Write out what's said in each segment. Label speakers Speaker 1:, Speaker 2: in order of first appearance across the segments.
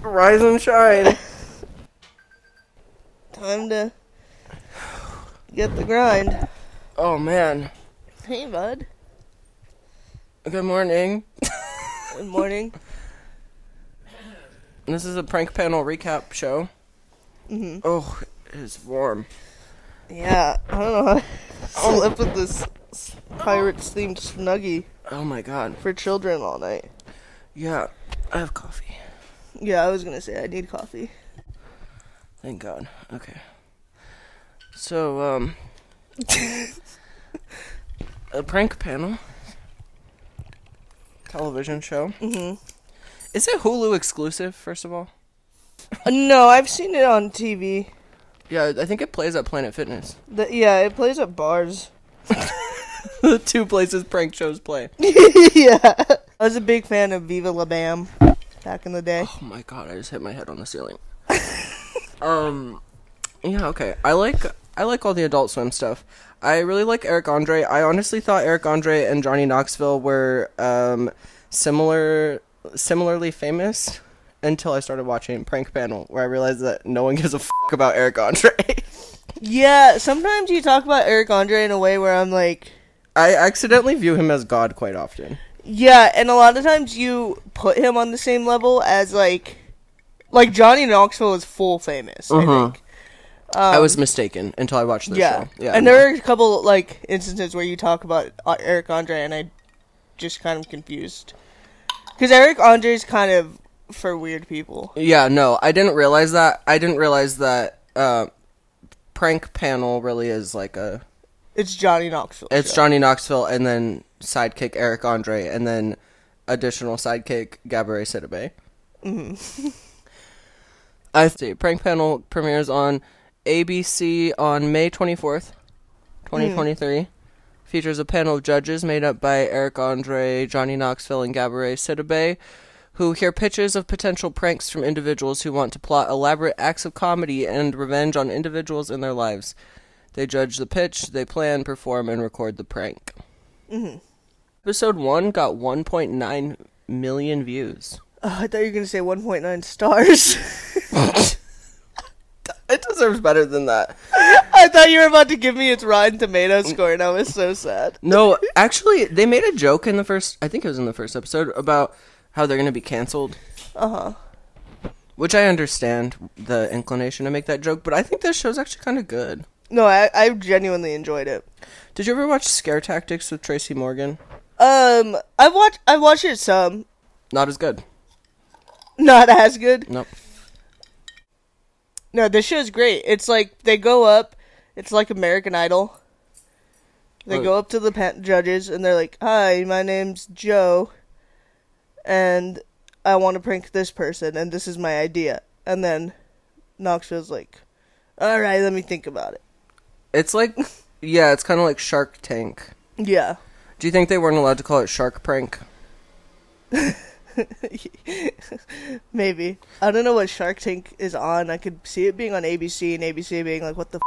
Speaker 1: Rise and shine.
Speaker 2: Time to get the grind.
Speaker 1: Oh man.
Speaker 2: Hey, bud.
Speaker 1: Good morning.
Speaker 2: Good morning.
Speaker 1: This is a prank panel recap show.
Speaker 2: Mhm.
Speaker 1: Oh, it's warm.
Speaker 2: Yeah, I don't know. I'll live with this s- pirates themed snuggie
Speaker 1: Oh my god.
Speaker 2: for children all night.
Speaker 1: Yeah, I have coffee.
Speaker 2: Yeah, I was gonna say I need coffee.
Speaker 1: Thank God. Okay. So, um, a prank panel television show.
Speaker 2: Mhm.
Speaker 1: Is it Hulu exclusive? First of all,
Speaker 2: Uh, No, I've seen it on TV.
Speaker 1: yeah, I think it plays at Planet Fitness.
Speaker 2: The, yeah, it plays at bars.
Speaker 1: the two places prank shows play.
Speaker 2: yeah. I was a big fan of Viva La Bam back in the day.
Speaker 1: Oh my God! I just hit my head on the ceiling. um, yeah, okay. I like I like all the Adult Swim stuff. I really like Eric Andre. I honestly thought Eric Andre and Johnny Knoxville were um, similar similarly famous until I started watching Prank Panel, where I realized that no one gives a fuck about Eric Andre.
Speaker 2: Yeah, sometimes you talk about Eric Andre in a way where I'm like,
Speaker 1: I accidentally view him as God quite often.
Speaker 2: yeah, and a lot of times you put him on the same level as like, like Johnny Knoxville is full famous. I think.
Speaker 1: Mm-hmm. I was mistaken until I watched this
Speaker 2: Yeah.
Speaker 1: show.
Speaker 2: and
Speaker 1: no.
Speaker 2: there are a couple like instances where you talk about uh, Eric Andre, and I just kind of confused because Eric Andre's kind of for weird people.
Speaker 1: Yeah, no, I didn't realize that. I didn't realize that uh, prank panel really is like a
Speaker 2: It's Johnny Knoxville.
Speaker 1: it's
Speaker 2: show.
Speaker 1: Johnny Knoxville and then sidekick Eric Andre and then additional sidekick Gabourey Sidibe. I see. Prank panel premieres on ABC on May twenty fourth, twenty twenty three. Features a panel of judges made up by Eric Andre, Johnny Knoxville, and Gabourey Sidibe, who hear pitches of potential pranks from individuals who want to plot elaborate acts of comedy and revenge on individuals in their lives. They judge the pitch, they plan, perform, and record the prank. Episode 1 got 1.9 million views.
Speaker 2: Oh, I thought you were gonna say 1.9 stars.
Speaker 1: It deserves better than that.
Speaker 2: I thought you were about to give me its Rotten Tomato score, and I was so sad.
Speaker 1: No, actually, they made a joke in the first, I think it was in the first episode, about how they're going to be canceled.
Speaker 2: Uh huh.
Speaker 1: Which I understand the inclination to make that joke, but I think this show's actually kind of good.
Speaker 2: No, I, I genuinely enjoyed it.
Speaker 1: Did you ever watch Scare Tactics with Tracy Morgan?
Speaker 2: Um, I've watched I watched it some,
Speaker 1: Not as good.
Speaker 2: not as good.
Speaker 1: Nope.
Speaker 2: No, this show's great. It's like they go up. It's like American Idol. They
Speaker 1: Oh.
Speaker 2: go up to the pa- judges and they're like, "Hi, my name's Joe, and I want to prank this person, and this is my idea." And then Knoxville's like, "All right, let me think about it."
Speaker 1: It's like, yeah, it's kind of like Shark Tank.
Speaker 2: Yeah,
Speaker 1: Do you think they weren't allowed to call it Shark Prank?
Speaker 2: maybe. I don't know what Shark Tank is on. I could see it being on ABC and ABC being like, "What the?"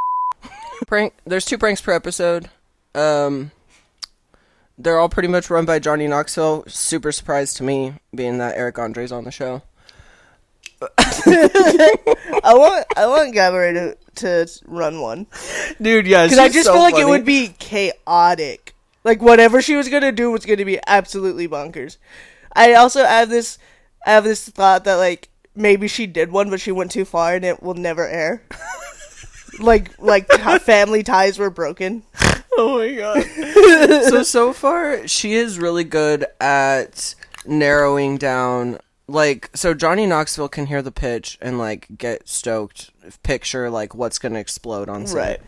Speaker 2: F-?
Speaker 1: prank there's two pranks per episode um they're all pretty much run by johnny knoxville super surprised to me being that eric andre's on the show
Speaker 2: I want I want Gabourey to to run one.
Speaker 1: dude yeah
Speaker 2: Because I just feel like it would be chaotic. Like whatever she was gonna do was gonna be absolutely bonkers. I also have this, I have this thought that like maybe she did one, but she went too far and it will never air. like like t- family ties were broken.
Speaker 1: oh my god so so far she is really good at narrowing down like so johnny knoxville can hear the pitch and like get stoked picture like what's gonna explode on set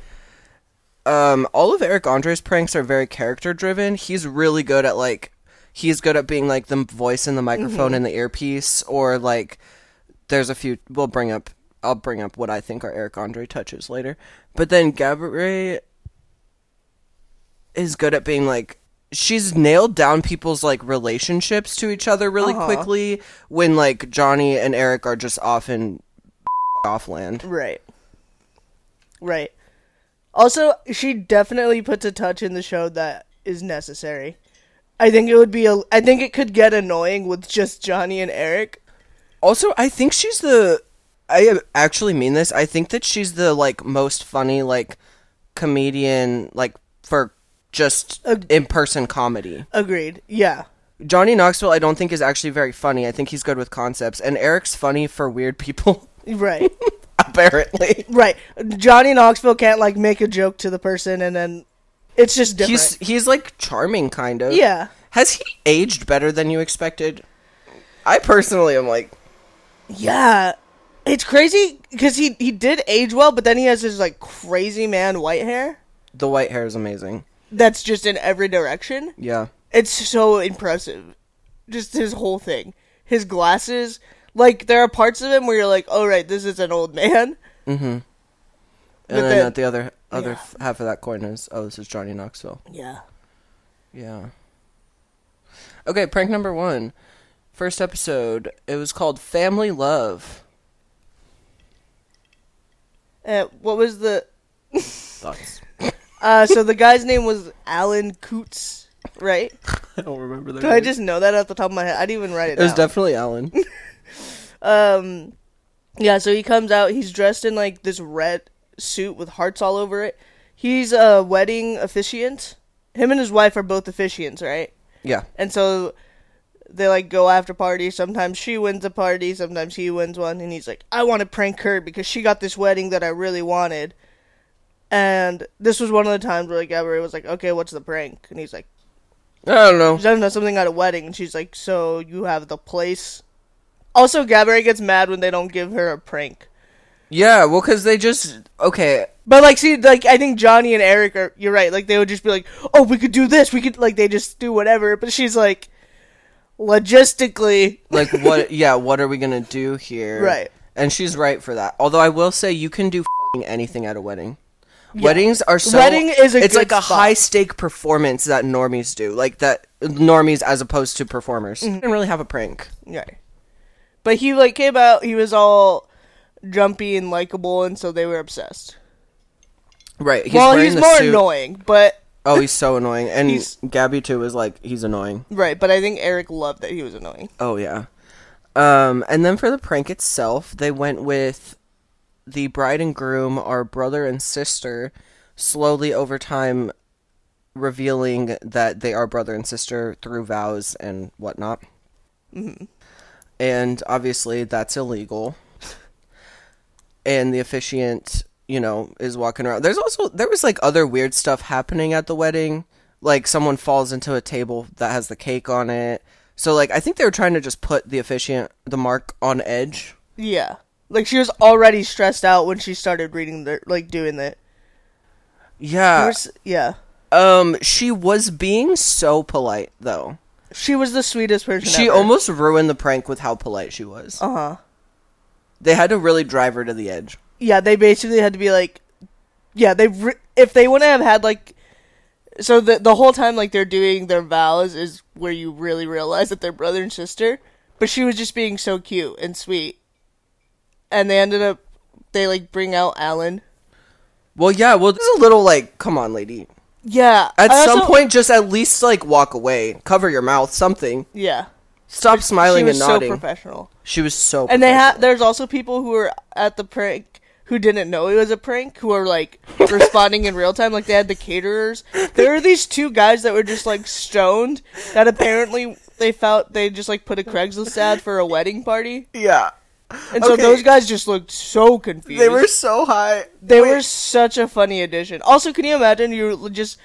Speaker 2: Right.
Speaker 1: um, all of Eric Andre's pranks are very character driven. He's really good at like he's good at being like the voice in the microphone and the earpiece, or like there's a few we'll bring up I'll bring up what I think are Eric Andre touches later. But then Gabrielle is good at being like she's nailed down people's like relationships to each other really quickly when like Johnny and Eric are just often off land.
Speaker 2: Right. Right. Also, she definitely puts a touch in the show that is necessary. I think it would be a. I think it could get annoying with just Johnny and Eric.
Speaker 1: Also, I think she's the. I actually mean this. I think that she's the like most funny like comedian like for just
Speaker 2: Ag-
Speaker 1: in person comedy.
Speaker 2: Agreed. Yeah.
Speaker 1: Johnny Knoxville, I don't think is actually very funny. I think he's good with concepts, and Eric's funny for weird people.
Speaker 2: Right.
Speaker 1: apparently,
Speaker 2: right. Johnny Knoxville can't like make a joke to the person and then it's just different.
Speaker 1: he's he's like charming, kind of.
Speaker 2: yeah.
Speaker 1: Has he aged better than you expected? I personally am like,
Speaker 2: Yeah. It's crazy because he he did age well, but then he has this like crazy man white hair
Speaker 1: the white hair is amazing.
Speaker 2: that's just in every direction.
Speaker 1: Yeah.
Speaker 2: It's so impressive. Just his whole thing. His glasses. Like, there are parts of him where you're like, oh, right, this is an old man.
Speaker 1: And
Speaker 2: But
Speaker 1: then
Speaker 2: that-
Speaker 1: at the other other f half of that coin is oh, this is Johnny Knoxville.
Speaker 2: Yeah.
Speaker 1: Yeah. Okay, prank number one. First episode. It was called Family Love.
Speaker 2: Uh, what was the.
Speaker 1: Thoughts?
Speaker 2: Uh, so the guy's name was Alan Coots, right?
Speaker 1: I don't remember that.
Speaker 2: Did I just know that off the top of my head? I didn't even write it
Speaker 1: It was
Speaker 2: down.
Speaker 1: definitely Alan.
Speaker 2: um, yeah, so he comes out. He's dressed in, like, this red suit with hearts all over it. He's a wedding officiant. Him and his wife are both officiants, right?
Speaker 1: yeah.
Speaker 2: And so they like go after parties. Sometimes she wins a party, sometimes he wins one. And he's like, I want to prank her because she got this wedding that I really wanted. And this was one of the times where like Gabrielle was like, Okay, what's the prank? And he's like,
Speaker 1: I don't know.
Speaker 2: I don't know, something at a wedding. And she's like, So you have the place? Also, Gabrielle gets mad when they don't give her a prank.
Speaker 1: Yeah, well, because they just okay.
Speaker 2: But like, see, like I think Johnny and Eric are. You're right. Like they would just be like, "Oh, we could do this. We could like they just do whatever." But she's like, logistically,
Speaker 1: Like what? yeah, what are we gonna do here?
Speaker 2: Right.
Speaker 1: And she's right for that. Although I will say, you can do fing anything at a wedding. Weddings are so.
Speaker 2: Wedding is a
Speaker 1: It's
Speaker 2: good
Speaker 1: like a
Speaker 2: spot.
Speaker 1: high stake performance that normies do, like that normies as opposed to performers.
Speaker 2: Mm-hmm.
Speaker 1: Didn't really have a prank.
Speaker 2: Yeah. But he like came out, he was all jumpy and likable and so they were obsessed.
Speaker 1: Right. He's
Speaker 2: well,
Speaker 1: wearing
Speaker 2: he's
Speaker 1: the
Speaker 2: more
Speaker 1: suit.
Speaker 2: annoying, but
Speaker 1: Oh, he's so annoying. And
Speaker 2: He's-
Speaker 1: Gabby too is like he's annoying.
Speaker 2: right, but I think Eric loved that he was annoying.
Speaker 1: Oh yeah. Um, and then for the prank itself, they went with the bride and groom are brother and sister, slowly over time revealing that they are brother and sister through vows and whatnot. And obviously that's illegal. and the officiant, you know, is walking around. There's also there was like other weird stuff happening at the wedding. Like someone falls into a table that has the cake on it. So like I think they were trying to just put the officiant the mark on edge.
Speaker 2: Yeah. Like she was already stressed out when she started reading the like doing it.
Speaker 1: Yeah.
Speaker 2: yeah.
Speaker 1: Um she was being so polite though.
Speaker 2: She was the sweetest person
Speaker 1: She
Speaker 2: ever.
Speaker 1: almost ruined the prank with how polite she was.
Speaker 2: Uh-huh.
Speaker 1: They had to really drive her to the edge.
Speaker 2: yeah, they basically had to be like, yeah, they re- if they wouldn't have had like, so the the whole time like they're doing their vows is where you really realize that they're brother and sister. But she was just being so cute and sweet, and they ended up they like bring out Alan.
Speaker 1: Well, yeah, well, this is a little like, come on, lady.
Speaker 2: Yeah,
Speaker 1: At
Speaker 2: I
Speaker 1: some
Speaker 2: also-
Speaker 1: point, just at least like walk away, cover your mouth, something.
Speaker 2: yeah,
Speaker 1: Stop smiling
Speaker 2: she was
Speaker 1: and
Speaker 2: so
Speaker 1: nodding.
Speaker 2: professional.
Speaker 1: she was so.
Speaker 2: And they have
Speaker 1: professional.
Speaker 2: there's also people who are at the prank who didn't know it was a prank who are like responding in real time like they had the caterers. There are these two guys that were just like stoned that apparently they felt they just like put a Craigslist ad for a wedding party.
Speaker 1: Yeah,
Speaker 2: And so
Speaker 1: Okay.
Speaker 2: those guys just looked so confused.
Speaker 1: they were so high.
Speaker 2: they were such a funny addition. Also, can you imagine you're just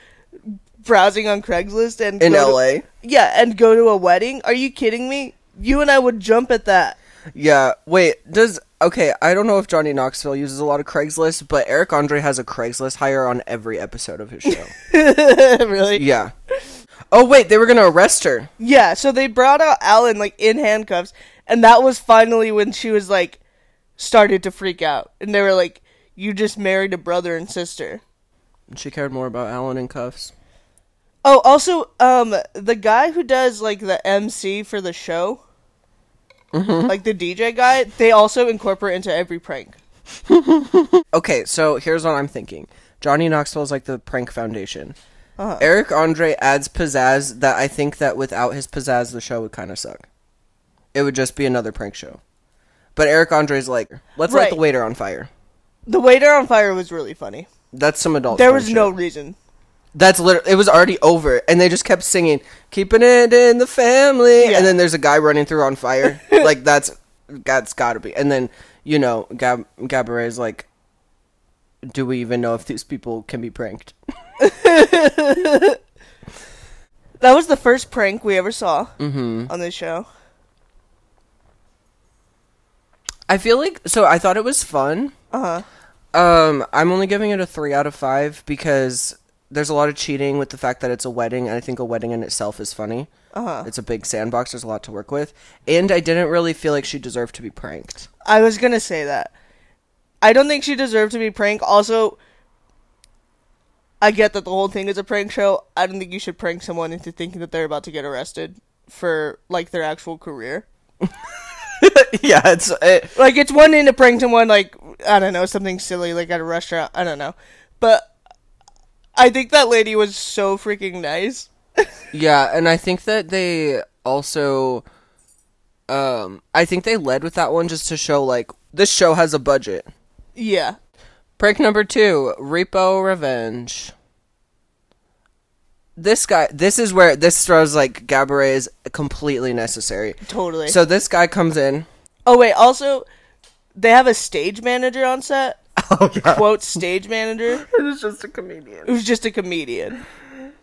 Speaker 2: browsing on Craigslist and
Speaker 1: in
Speaker 2: go to-
Speaker 1: L.A.
Speaker 2: yeah, and go to a wedding? Are you kidding me? You and I would jump at that.
Speaker 1: Yeah. Wait. Does okay? I don't know if Johnny Knoxville uses a lot of Craigslist, but Eric Andre has a Craigslist hire on every episode of his show.
Speaker 2: really?
Speaker 1: yeah. Oh wait, they were gonna arrest her.
Speaker 2: Yeah, so they brought out Alan like in handcuffs, and that was finally when she was like started to freak out, and they were like, "You just married a brother and sister."
Speaker 1: She cared more about Alan in cuffs.
Speaker 2: Oh, also, um, the guy who does like the MC for the show, like the DJ guy, they also incorporate into every prank.
Speaker 1: Okay, so here's what I'm thinking. Johnny Knoxville is like the prank foundation.
Speaker 2: Uh-huh.
Speaker 1: Eric Andre adds pizzazz that I think that without his pizzazz, the show would kind of suck. It would just be another prank show. But Eric Andre's like, let's
Speaker 2: Right.
Speaker 1: light the waiter on fire.
Speaker 2: The waiter on fire was really funny.
Speaker 1: That's some adult.
Speaker 2: There
Speaker 1: film
Speaker 2: was
Speaker 1: shit.
Speaker 2: no reason.
Speaker 1: That's literally. It was already over, and they just kept singing, "Keeping it in the family."
Speaker 2: Yeah.
Speaker 1: And then there's a guy running through on fire. like that's that's gotta be. And then you know, Gab Gabaret's like, "Do we even know if these people can be pranked?"
Speaker 2: That was the first prank we ever saw on this show.
Speaker 1: I feel like so. I thought it was fun.
Speaker 2: Uh huh.
Speaker 1: Um, I'm only giving it a three out of five because there's a lot of cheating with the fact that it's a wedding, and I think a wedding in itself is funny.
Speaker 2: Uh-huh.
Speaker 1: It's a big sandbox. There's a lot to work with, and I didn't really feel like she deserved to be pranked.
Speaker 2: I was gonna say that. I don't think she deserved to be pranked. Also, I get that the whole thing is a prank show. I don't think you should prank someone into thinking that they're about to get arrested for like their actual career.
Speaker 1: yeah, it's uh, it,
Speaker 2: Like it's one thing to prank someone like I don't know something silly like at a restaurant. I don't know, but I think that lady was so freaking nice.
Speaker 1: yeah, and I think that they also, um, I think they led with that one just to show like this show has a budget.
Speaker 2: Yeah,
Speaker 1: Prank number two, Repo Revenge. This guy, this is where this throws like Gabaret is completely necessary.
Speaker 2: totally.
Speaker 1: So this guy comes in.
Speaker 2: Oh wait, also they have a stage manager on set.
Speaker 1: Oh yeah,
Speaker 2: Quote stage manager
Speaker 1: it was just a comedian.
Speaker 2: who's just a comedian.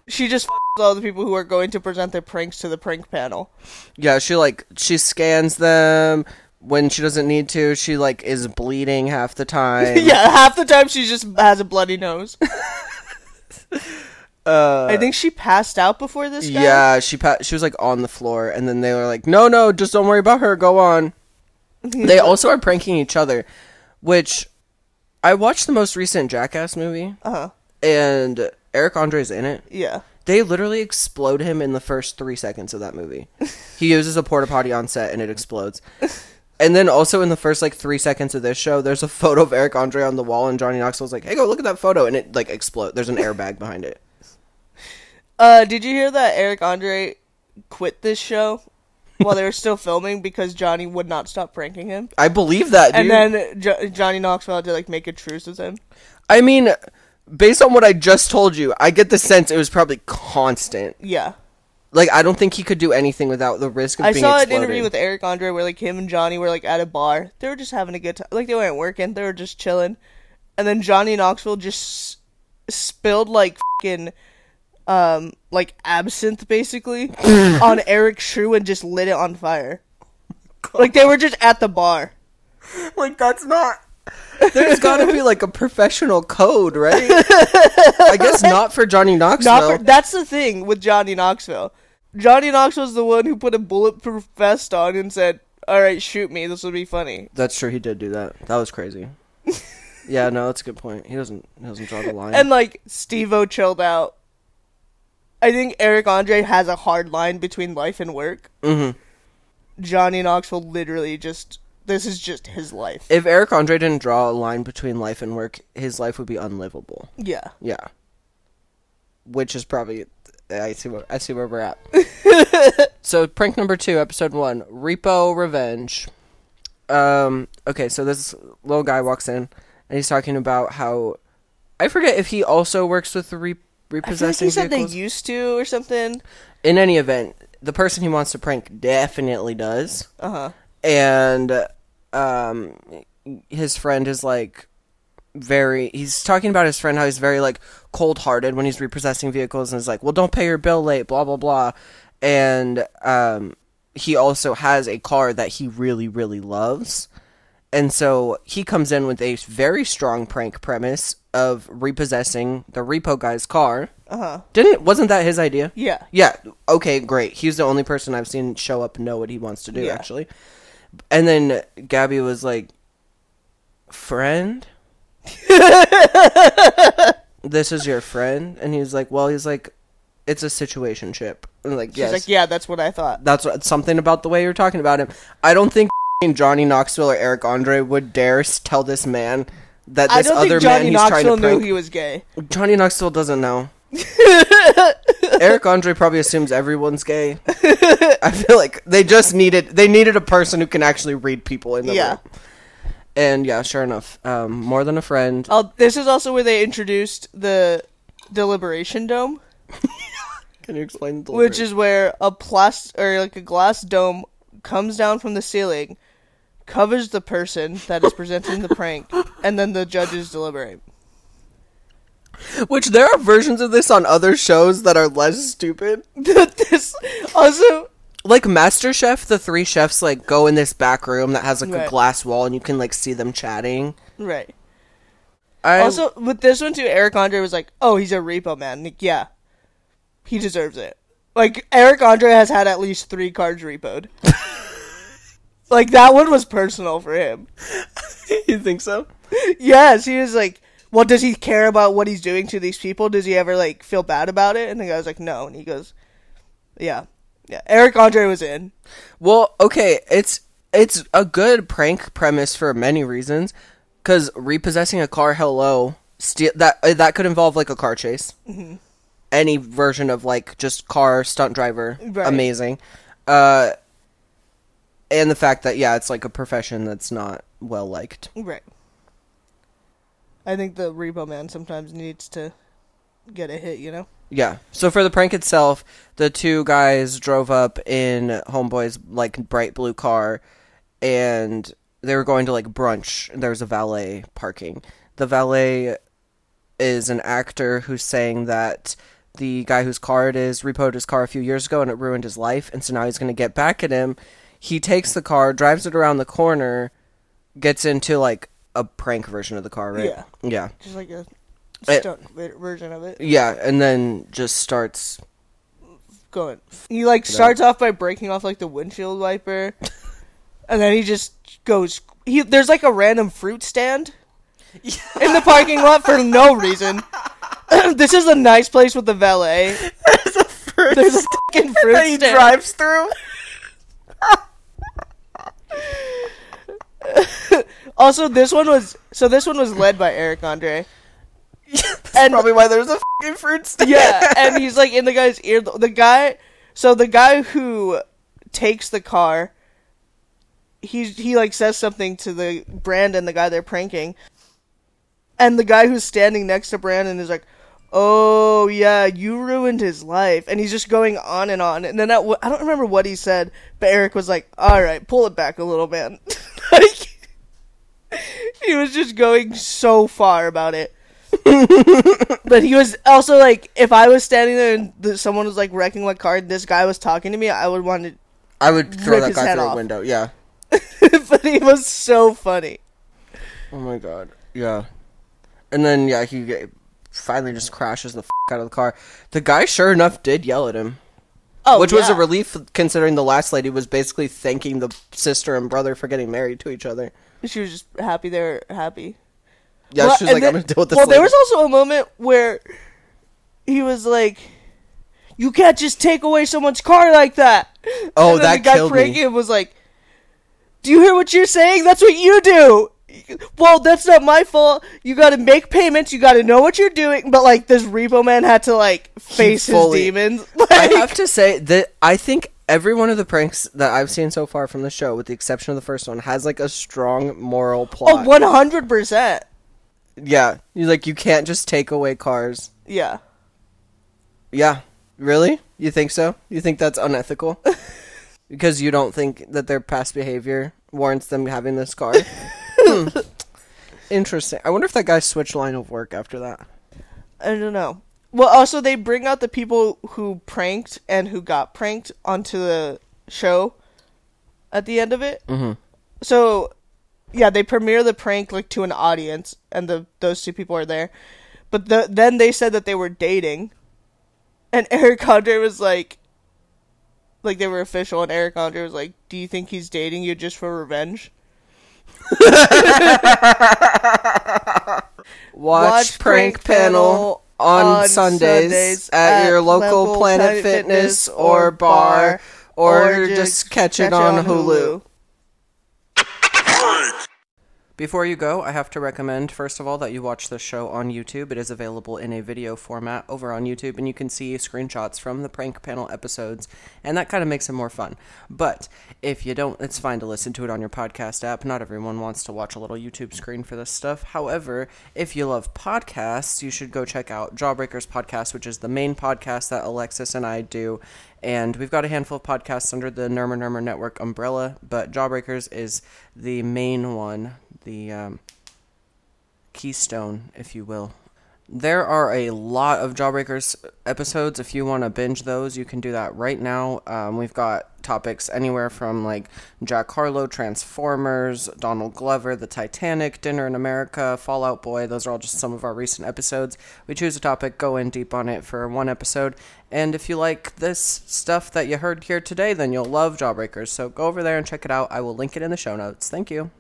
Speaker 2: She just f***s all the people who are going to present their pranks to the prank panel.
Speaker 1: Yeah, she like she scans them when she doesn't need to. She like is bleeding half the time.
Speaker 2: Yeah, half the time she just has a bloody nose. I think she passed out before this guy.
Speaker 1: Yeah, she pa- she was like on the floor, and then they were like, "No, no, just don't worry about her. Go on." they also are pranking each other, which I watched the most recent Jackass movie,
Speaker 2: Uh-huh.
Speaker 1: and Eric Andre's in it.
Speaker 2: Yeah.
Speaker 1: They literally explode him in the first three seconds of that movie. he uses a porta potty on set, and it explodes. And then also in the first like three seconds of this show, there's a photo of Eric Andre on the wall, and Johnny Knoxville's like, "Hey, go look at that photo," and it like explode. There's an airbag behind it.
Speaker 2: Uh, did you hear that Eric Andre quit this show while they were still filming because Johnny would not stop pranking him?
Speaker 1: I believe that. Dude.
Speaker 2: And then jo- Johnny Knoxville had to like make a truce with him.
Speaker 1: I mean, based on what I just told you, I get the sense it was probably constant.
Speaker 2: Yeah.
Speaker 1: Like, I don't think he could do anything without the risk of
Speaker 2: I
Speaker 1: being
Speaker 2: saw
Speaker 1: exploded.
Speaker 2: an interview with Eric Andre where like him and Johnny were like at a bar. They were just having a good time. Like they weren't working. They were just chilling. And then Johnny Knoxville just s- spilled like fucking um like absinthe basically on Eric's shoe and just lit it on fire. Like they were just at the bar.
Speaker 1: like, that's not. There's got to be like a professional code, right? I guess not for Johnny Knoxville.
Speaker 2: Not for, that's the thing with Johnny Knoxville. Johnny Knoxville's the one who put a bulletproof vest on and said, "All right, shoot me. This will be funny."
Speaker 1: that's true. He did do that. That was crazy. yeah, no, that's a good point. He doesn't. He doesn't draw the line.
Speaker 2: And like Stevo chilled out. I think Eric Andre has a hard line between life and work.
Speaker 1: Mhm.
Speaker 2: Johnny Knoxville literally just this is just his life.
Speaker 1: if Eric Andre didn't draw a line between life and work, his life would be unlivable.
Speaker 2: Yeah.
Speaker 1: Yeah. Which is probably I see where I see where we're at. so prank number two, episode one, Repo Revenge. Um okay, so this little guy walks in and he's talking about how I forget if he also works with re-
Speaker 2: I feel like
Speaker 1: repossessing
Speaker 2: he said
Speaker 1: vehicles.
Speaker 2: they used to or something.
Speaker 1: in any event, the person he wants to prank definitely does
Speaker 2: Uh huh.
Speaker 1: and um his friend is like very he's talking about his friend how he's very like cold-hearted when he's repossessing vehicles and is like well don't pay your bill late blah blah blah and um he also has a car that he really really loves and so he comes in with a very strong prank premise of repossessing the repo guy's car
Speaker 2: Uh huh.
Speaker 1: didn't wasn't that his idea
Speaker 2: Yeah.
Speaker 1: yeah. Okay, great. He's the only person I've seen show up and know what he wants to do,
Speaker 2: Yeah.
Speaker 1: actually. And then Gabby was like, friend? this is your friend? And he's like, well, he's like, it's a situationship. And like,
Speaker 2: She's
Speaker 1: yes.
Speaker 2: like, yeah, that's what I thought.
Speaker 1: That's what, something about the way you're talking about him. I don't think f***ing Johnny Knoxville or Eric Andre would dare s- tell this man that
Speaker 2: I
Speaker 1: this
Speaker 2: don't
Speaker 1: other
Speaker 2: think Johnny
Speaker 1: man he's trying
Speaker 2: Knoxville
Speaker 1: to
Speaker 2: knew
Speaker 1: prank.
Speaker 2: he was gay.
Speaker 1: Johnny Knoxville doesn't know. Eric Andre probably assumes everyone's gay. I feel like they just needed they needed a person who can actually read people in the
Speaker 2: Yeah.
Speaker 1: room. And yeah, sure enough, um, more than a friend.
Speaker 2: Oh, this is also where they introduced the deliberation dome,
Speaker 1: Can you explain the
Speaker 2: which is where a plas or like a glass dome comes down from the ceiling, covers the person that is presenting the prank, and then the judges deliberate.
Speaker 1: which there are versions of this on other shows that are less stupid.
Speaker 2: this also
Speaker 1: Like MasterChef, the three chefs like go in this back room that has like
Speaker 2: Right.
Speaker 1: a glass wall and you can like see them chatting.
Speaker 2: right.
Speaker 1: I
Speaker 2: also, with this one too, Eric Andre was like, "Oh, he's a repo man." Like, yeah, he deserves it. Like Eric Andre has had at least three cards repoed. like that one was personal for him.
Speaker 1: you think so?
Speaker 2: Yes, he was like, "Well, does he care about what he's doing to these people? Does he ever like feel bad about it?" And the guy was like, "No," and he goes, "Yeah, yeah." Eric Andre was in.
Speaker 1: Well, okay, it's it's a good prank premise for many reasons, because repossessing a car, hello, steal that uh, that could involve like a car chase, any version of like just car stunt driver,
Speaker 2: Right.
Speaker 1: amazing, uh, and the fact that yeah, it's like a profession that's not well liked.
Speaker 2: Right. I think the repo man sometimes needs to get a hit, you know.
Speaker 1: Yeah. So for the prank itself, the two guys drove up in Homeboy's like bright blue car and they were going to like brunch. There was a valet parking. The valet is an actor who's saying that the guy whose car it is repoed his car a few years ago and it ruined his life and so now he's going to get back at him. He takes the car, drives it around the corner, gets into like a prank version of the car, right?
Speaker 2: Yeah.
Speaker 1: Yeah.
Speaker 2: just like a
Speaker 1: Eh.
Speaker 2: stunt ver- version of it.
Speaker 1: Yeah, and then just starts
Speaker 2: Going, he like starts off by breaking off like the windshield wiper, and then he just goes. He there's like a random fruit stand in the parking lot for no reason. this is a nice place with the valet. There's a fucking fruit
Speaker 1: that he
Speaker 2: stand.
Speaker 1: drives through.
Speaker 2: Also, this one was so this one was led by Eric Andre.
Speaker 1: and probably why there's a fucking fruit stand.
Speaker 2: Yeah, and he's like in the guy's ear. The guy, so the guy who takes the car, he he like says something to the Brandon, the guy they're pranking, and the guy who's standing next to Brandon is like, "Oh yeah, you ruined his life," and he's just going on and on. And then at, wh- I don't remember what he said, but Eric was like, "All right, pull it back a little, man." like he was just going so far about it. But he was also like, if I was standing there and th- someone was like wrecking my car, and this guy was talking to me, I would want
Speaker 1: I would throw
Speaker 2: Rip
Speaker 1: that
Speaker 2: his
Speaker 1: guy
Speaker 2: head
Speaker 1: through
Speaker 2: off.
Speaker 1: a window. Yeah.
Speaker 2: to. but he was so funny.
Speaker 1: Oh my god. Yeah. And then yeah, he get- finally just crashes the f- out of the car. The guy, sure enough, did yell at him,
Speaker 2: Oh,
Speaker 1: which was a
Speaker 2: yeah.
Speaker 1: relief considering the last lady was basically thanking the sister and brother for getting married to each other.
Speaker 2: She was just happy they were happy.
Speaker 1: Yeah,
Speaker 2: Well,
Speaker 1: she was like,
Speaker 2: and
Speaker 1: "I'm
Speaker 2: then-
Speaker 1: gonna deal with this."
Speaker 2: Well, there was
Speaker 1: later."
Speaker 2: also a moment where he was like, "You can't just take away someone's car like that."
Speaker 1: Oh,
Speaker 2: and then
Speaker 1: that
Speaker 2: the guy
Speaker 1: killed me.
Speaker 2: pranking him was like, "Do you hear what you're saying? That's what you do." Well, that's not my fault. You got to make payments. You got to know what you're doing. But like this repo man had to like face his
Speaker 1: fully-
Speaker 2: demons.
Speaker 1: I
Speaker 2: Like,
Speaker 1: have to say that I think every one of the pranks that I've seen so far from the show, with the exception of the first one, has like a strong moral
Speaker 2: oh,
Speaker 1: plot.
Speaker 2: one hundred percent.
Speaker 1: Yeah, you like you can't just take away cars.
Speaker 2: Yeah.
Speaker 1: Yeah, really? You think so? You think that's unethical? because you don't think that their past behavior warrants them having this car. Hmm. Interesting. I wonder if that guy switched line of work after that.
Speaker 2: I don't know. Well, also they bring out the people who pranked and who got pranked onto the show at the end of it. Mm-hmm. So, yeah, they premiere the prank like to an audience, and the those two people are there. But the, then they said that they were dating, and Eric Andre was like, like they were official, and Eric Andre was like, "Do you think he's dating you just for revenge?"
Speaker 1: Watch, Prank Panel on, Sundays, at, your local Planet, Fitness or bar, or, just catch it on Hulu. Before you go, I have to recommend, first of all, that you watch this show on YouTube. It is available in a video format over on YouTube, and you can see screenshots from the prank panel episodes, and that kind of makes it more fun. But if you don't, it's fine to listen to it on your podcast app. Not everyone wants to watch a little YouTube screen for this stuff. However, if you love podcasts, you should go check out Jawbreakers Podcast, which is the main podcast that Alexis and I do. And we've got a handful of podcasts under the Nermer Nermer Network umbrella, but Jawbreakers is the main one, the um, keystone, if you will. There are a lot of Jawbreakers episodes. If you want to binge those, you can do that right now. Um, we've got topics anywhere from like Jack Harlow, Transformers, Donald Glover, The Titanic, Dinner in America, Fallout Boy. Those are all just some of our recent episodes. We choose a topic, go in deep on it for one episode. And if you like this stuff that you heard here today, then you'll love Jawbreakers. So go over there and check it out. I will link it in the show notes. Thank you.